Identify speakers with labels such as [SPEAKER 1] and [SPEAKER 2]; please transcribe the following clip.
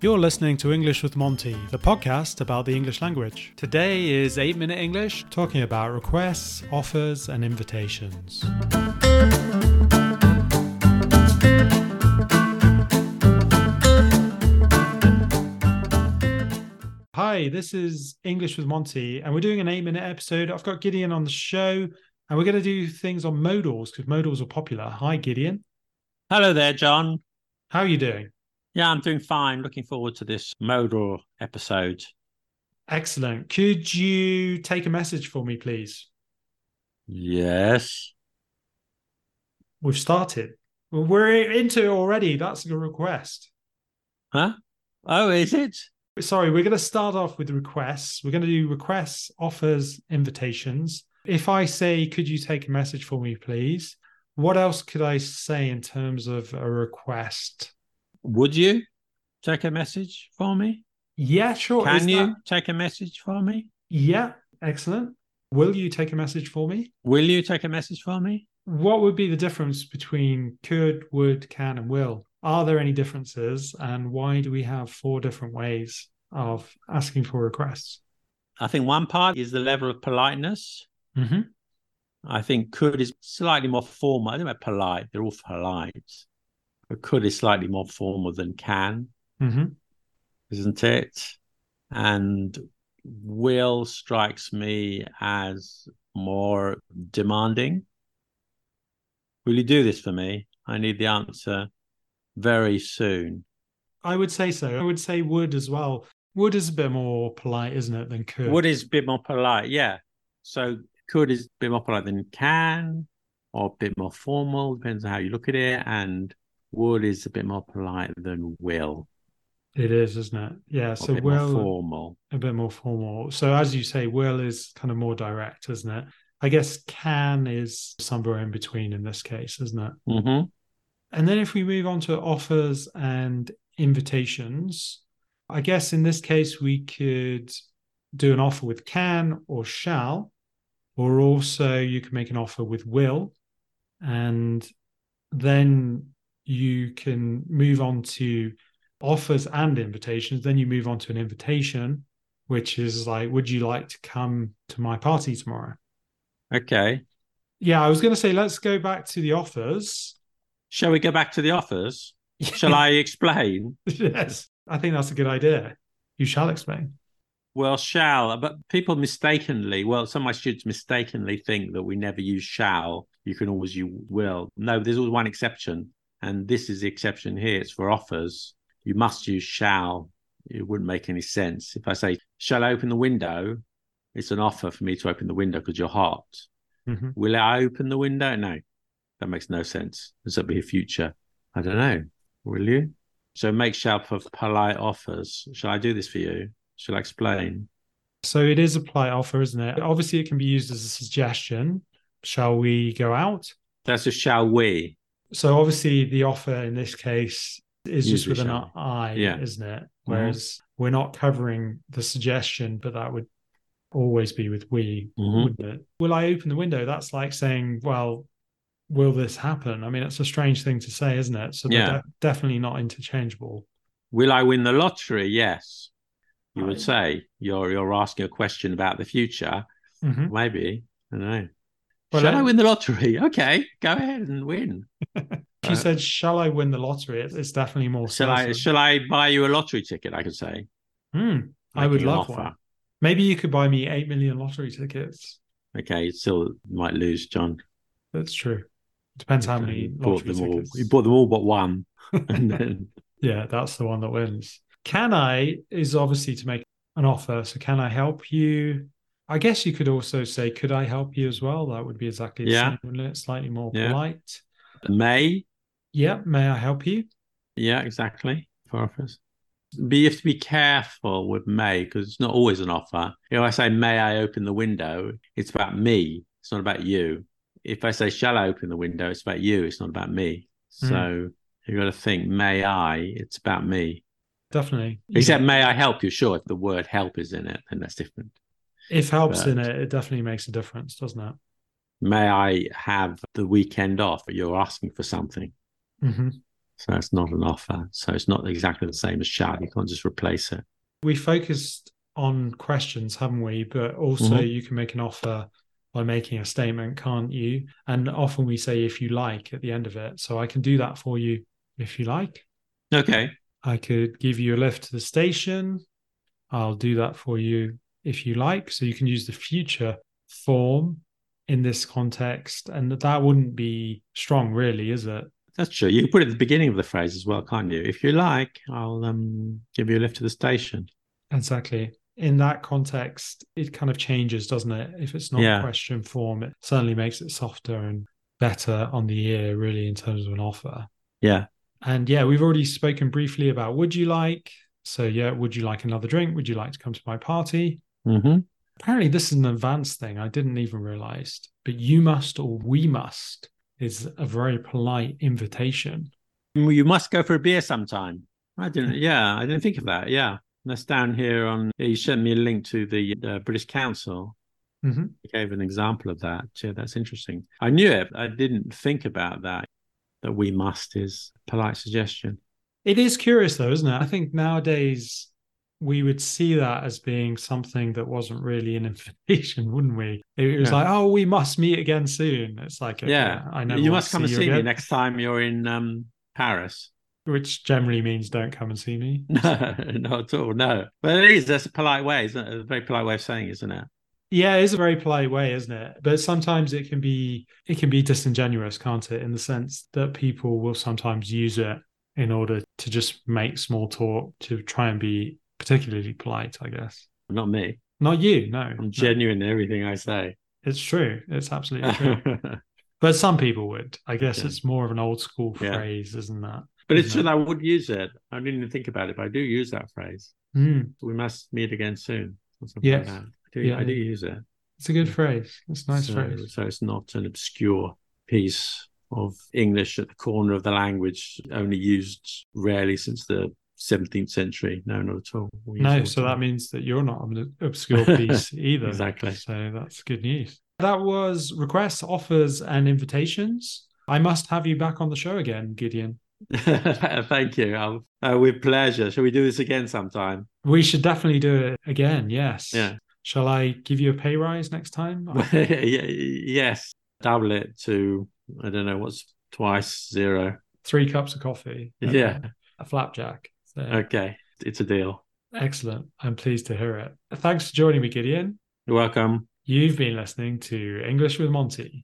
[SPEAKER 1] You're listening to English with Monty, the podcast about the English language. Today is 8 Minute English, talking about requests, offers, and invitations. Hi, this is English with Monty, and we're doing an 8 minute episode. I've got Gideon on the show, and we're going to do things on modals because modals are popular. Hi, Gideon.
[SPEAKER 2] Hello there, John.
[SPEAKER 1] How are you doing?
[SPEAKER 2] Yeah, I'm doing fine. Looking forward to this modal episode.
[SPEAKER 1] Excellent. Could you take a message for me, please?
[SPEAKER 2] Yes.
[SPEAKER 1] We've started. We're into it already. That's a request.
[SPEAKER 2] Huh? Oh, is it?
[SPEAKER 1] Sorry, we're going to start off with requests. We're going to do requests, offers, invitations. If I say, could you take a message for me, please? What else could I say in terms of a request?
[SPEAKER 2] Would you take a message for me?
[SPEAKER 1] Yeah, sure.
[SPEAKER 2] Can
[SPEAKER 1] is
[SPEAKER 2] you
[SPEAKER 1] that-
[SPEAKER 2] take a message for me?
[SPEAKER 1] Yeah, excellent. Will you take a message for me?
[SPEAKER 2] Will you take a message for me?
[SPEAKER 1] What would be the difference between could, would, can, and will? Are there any differences? And why do we have four different ways of asking for requests?
[SPEAKER 2] I think one part is the level of politeness.
[SPEAKER 1] Mm-hmm.
[SPEAKER 2] I think could is slightly more formal. I think they're polite. They're all polite. But could is slightly more formal than can.
[SPEAKER 1] Mm-hmm.
[SPEAKER 2] isn't it? And will strikes me as more demanding. Will you do this for me? I need the answer very soon.
[SPEAKER 1] I would say so. I would say would as well. Would is a bit more polite, isn't it, than could?
[SPEAKER 2] Would is a bit more polite, yeah. So could is a bit more polite than can, or a bit more formal, depends on how you look at it. And would is a bit more polite than will,
[SPEAKER 1] It is, isn't it? Yeah.
[SPEAKER 2] or
[SPEAKER 1] So
[SPEAKER 2] a bit more
[SPEAKER 1] will
[SPEAKER 2] formal.
[SPEAKER 1] a bit more formal. So as you say, will is kind of more direct, isn't it? I guess can is somewhere in between in this case, isn't it?
[SPEAKER 2] hmm
[SPEAKER 1] And then if we move on to offers and invitations, I guess in this case, we could do an offer with can or shall, or also you can make an offer with will. And then you can move on to offers and invitations. Then you move on to an invitation, which is like, would you like to come to my party tomorrow?
[SPEAKER 2] Okay.
[SPEAKER 1] Yeah, I was going to say, let's go back to the offers.
[SPEAKER 2] Shall we go back to the offers? Shall I explain?
[SPEAKER 1] yes, I think that's a good idea. You shall explain.
[SPEAKER 2] Well, shall, but people mistakenly, well, some of my students mistakenly think that we never use shall. You can always use will. No, there's always one exception. And this is the exception here. It's for offers. You must use shall. It wouldn't make any sense. If I say, shall I open the window? It's an offer for me to open the window because you're hot.
[SPEAKER 1] Mm-hmm.
[SPEAKER 2] Will I open the window? No, that makes no sense. Does that be a future? I don't know. Will you? So make shall for polite offers. Shall I do this for you? Shall I explain?
[SPEAKER 1] So it is a polite offer, isn't it? Obviously, it can be used as a suggestion. Shall we go out?
[SPEAKER 2] That's a shall we.
[SPEAKER 1] So obviously, the offer in this case is just
[SPEAKER 2] Usually
[SPEAKER 1] with an
[SPEAKER 2] shall.
[SPEAKER 1] I,
[SPEAKER 2] Yeah. Mm-hmm.
[SPEAKER 1] isn't it? Whereas we're not covering the suggestion, but that would always be with we,
[SPEAKER 2] Mhm.
[SPEAKER 1] wouldn't it? Will I open the window? That's like saying, well, will this happen? I mean, it's a strange thing to say, isn't it? So they're
[SPEAKER 2] Yeah.
[SPEAKER 1] de- definitely not interchangeable.
[SPEAKER 2] Will I win the lottery? Yes. You
[SPEAKER 1] Right.
[SPEAKER 2] would say you're you're asking a question about the future.
[SPEAKER 1] Mhm.
[SPEAKER 2] Maybe. I don't know.
[SPEAKER 1] Well,
[SPEAKER 2] shall
[SPEAKER 1] I-
[SPEAKER 2] I win the lottery? Okay, go ahead and win.
[SPEAKER 1] If you
[SPEAKER 2] Uh,
[SPEAKER 1] said, "Shall I win the lottery?" It's, it's definitely more.
[SPEAKER 2] Shall I
[SPEAKER 1] salesy.
[SPEAKER 2] shall I buy you a lottery ticket? I could say.
[SPEAKER 1] Hmm, I would
[SPEAKER 2] Making an
[SPEAKER 1] love one. Maybe you could buy me eight million lottery tickets.
[SPEAKER 2] Okay, still might lose, John.
[SPEAKER 1] That's true. Depends how many
[SPEAKER 2] You bought
[SPEAKER 1] lottery
[SPEAKER 2] them all.
[SPEAKER 1] tickets.
[SPEAKER 2] You bought them all but one. and then
[SPEAKER 1] yeah, that's the one that wins. Can I is obviously to make an offer. So can I help you? I guess you could also say, "Could I help you?" as well. That would be exactly the
[SPEAKER 2] Yeah.
[SPEAKER 1] same, wouldn't it? Slightly more
[SPEAKER 2] Yeah.
[SPEAKER 1] polite.
[SPEAKER 2] May.
[SPEAKER 1] Yeah, may I help you?
[SPEAKER 2] Yeah, exactly. For offers. But you have to be careful with may because it's not always an offer. If I say, may I open the window, it's about me. It's not about you. If I say, shall I open the window, it's about you. It's not about me.
[SPEAKER 1] Mm.
[SPEAKER 2] So you've got to think, may I? It's about me.
[SPEAKER 1] Definitely. You
[SPEAKER 2] Except,
[SPEAKER 1] know,
[SPEAKER 2] may I help you? Sure. If the word help is in it, then that's different.
[SPEAKER 1] if helps in
[SPEAKER 2] but-
[SPEAKER 1] it, it definitely makes a difference, doesn't it?
[SPEAKER 2] May I have the weekend off? You're asking for something.
[SPEAKER 1] hmm
[SPEAKER 2] So it's not an offer. So it's not exactly the same as shall. You can't just replace it.
[SPEAKER 1] We focused on questions, haven't we? But also,
[SPEAKER 2] Mhm.
[SPEAKER 1] you can make an offer by making a statement, can't you? And often we say, if you like, at the end of it. So I can do that for you if you like.
[SPEAKER 2] Okay.
[SPEAKER 1] I could give you a lift to the station. I'll do that for you if you like. So you can use the future form in this context. And that wouldn't be strong, really, is it?
[SPEAKER 2] That's true. You can put it at the beginning of the phrase as well, can't you? If you like, I'll um, give you a lift to the station.
[SPEAKER 1] Exactly. In that context, it kind of changes, doesn't it? If it's not
[SPEAKER 2] Yeah.
[SPEAKER 1] question form, it certainly makes it softer and better on the ear, really, in terms of an offer.
[SPEAKER 2] Yeah.
[SPEAKER 1] And yeah, we've already spoken briefly about would you like? So, yeah, would you like another drink? Would you like to come to my party?
[SPEAKER 2] hmm
[SPEAKER 1] Apparently, this is an advanced thing. I didn't even realize. But you must or we must is a very polite invitation.
[SPEAKER 2] Well, Mm, you must go for a beer sometime. I didn't. Yeah, I didn't think of that. Yeah, that's down here on. You sent me a link to the uh, British Council.
[SPEAKER 1] Mhm.
[SPEAKER 2] You gave an example of that. Yeah, that's interesting. I knew it. but I didn't think about that. That we must is a polite suggestion.
[SPEAKER 1] It is curious though, isn't it? I think nowadays we would see that as being something that wasn't really an invitation, wouldn't we? It was
[SPEAKER 2] Yeah.
[SPEAKER 1] like, oh, we must meet again soon. It's like, okay,
[SPEAKER 2] Yeah.
[SPEAKER 1] I know
[SPEAKER 2] you must come and see me
[SPEAKER 1] again,
[SPEAKER 2] next time you're in um, Paris.
[SPEAKER 1] which generally means don't come and see me.
[SPEAKER 2] No, not at all. No, but it is. That's a polite way, isn't it? A very polite way of saying, it, isn't it?
[SPEAKER 1] Yeah, it is a very polite way, isn't it? But sometimes it can be it can be disingenuous, can't it? In the sense that people will sometimes use it in order to just make small talk to try and be particularly polite, I guess.
[SPEAKER 2] Not me.
[SPEAKER 1] Not you, no.
[SPEAKER 2] I'm
[SPEAKER 1] no.
[SPEAKER 2] genuine in everything I say.
[SPEAKER 1] It's true. It's absolutely true. But some people would. I guess
[SPEAKER 2] Yeah.
[SPEAKER 1] it's more of an old school
[SPEAKER 2] Yeah.
[SPEAKER 1] phrase, isn't that?
[SPEAKER 2] But it's
[SPEAKER 1] isn't
[SPEAKER 2] true
[SPEAKER 1] it?
[SPEAKER 2] that I would use it. I didn't even think about it, but I do use that phrase.
[SPEAKER 1] Mm,
[SPEAKER 2] We must meet again soon. or something like
[SPEAKER 1] Yes.
[SPEAKER 2] that. I do,
[SPEAKER 1] Yeah,
[SPEAKER 2] I do
[SPEAKER 1] yeah.
[SPEAKER 2] use it.
[SPEAKER 1] it's a good phrase. It's a nice
[SPEAKER 2] so,
[SPEAKER 1] phrase.
[SPEAKER 2] so it's not an obscure piece of English at the corner of the language, only used rarely since the 17th century. No, not at all. We use it all
[SPEAKER 1] No,
[SPEAKER 2] the
[SPEAKER 1] so
[SPEAKER 2] time.
[SPEAKER 1] that means that you're not an obscure piece either.
[SPEAKER 2] Exactly.
[SPEAKER 1] So that's good news. That was requests, offers, and invitations. I must have you back on the show again, Gideon.
[SPEAKER 2] Thank you. I'll, uh, with pleasure. Shall we do this again sometime?
[SPEAKER 1] We should definitely do it again. Yes.
[SPEAKER 2] Yeah.
[SPEAKER 1] Shall I give you a pay rise next time?
[SPEAKER 2] Yeah, yes. Double it to, I don't know, what's twice zero.
[SPEAKER 1] Three cups of coffee. and
[SPEAKER 2] Yeah.
[SPEAKER 1] A flapjack. So,
[SPEAKER 2] Okay. It's a deal.
[SPEAKER 1] Excellent. I'm pleased to hear it. Thanks for joining me, Gideon.
[SPEAKER 2] You're welcome.
[SPEAKER 1] You've been listening to English with Monty.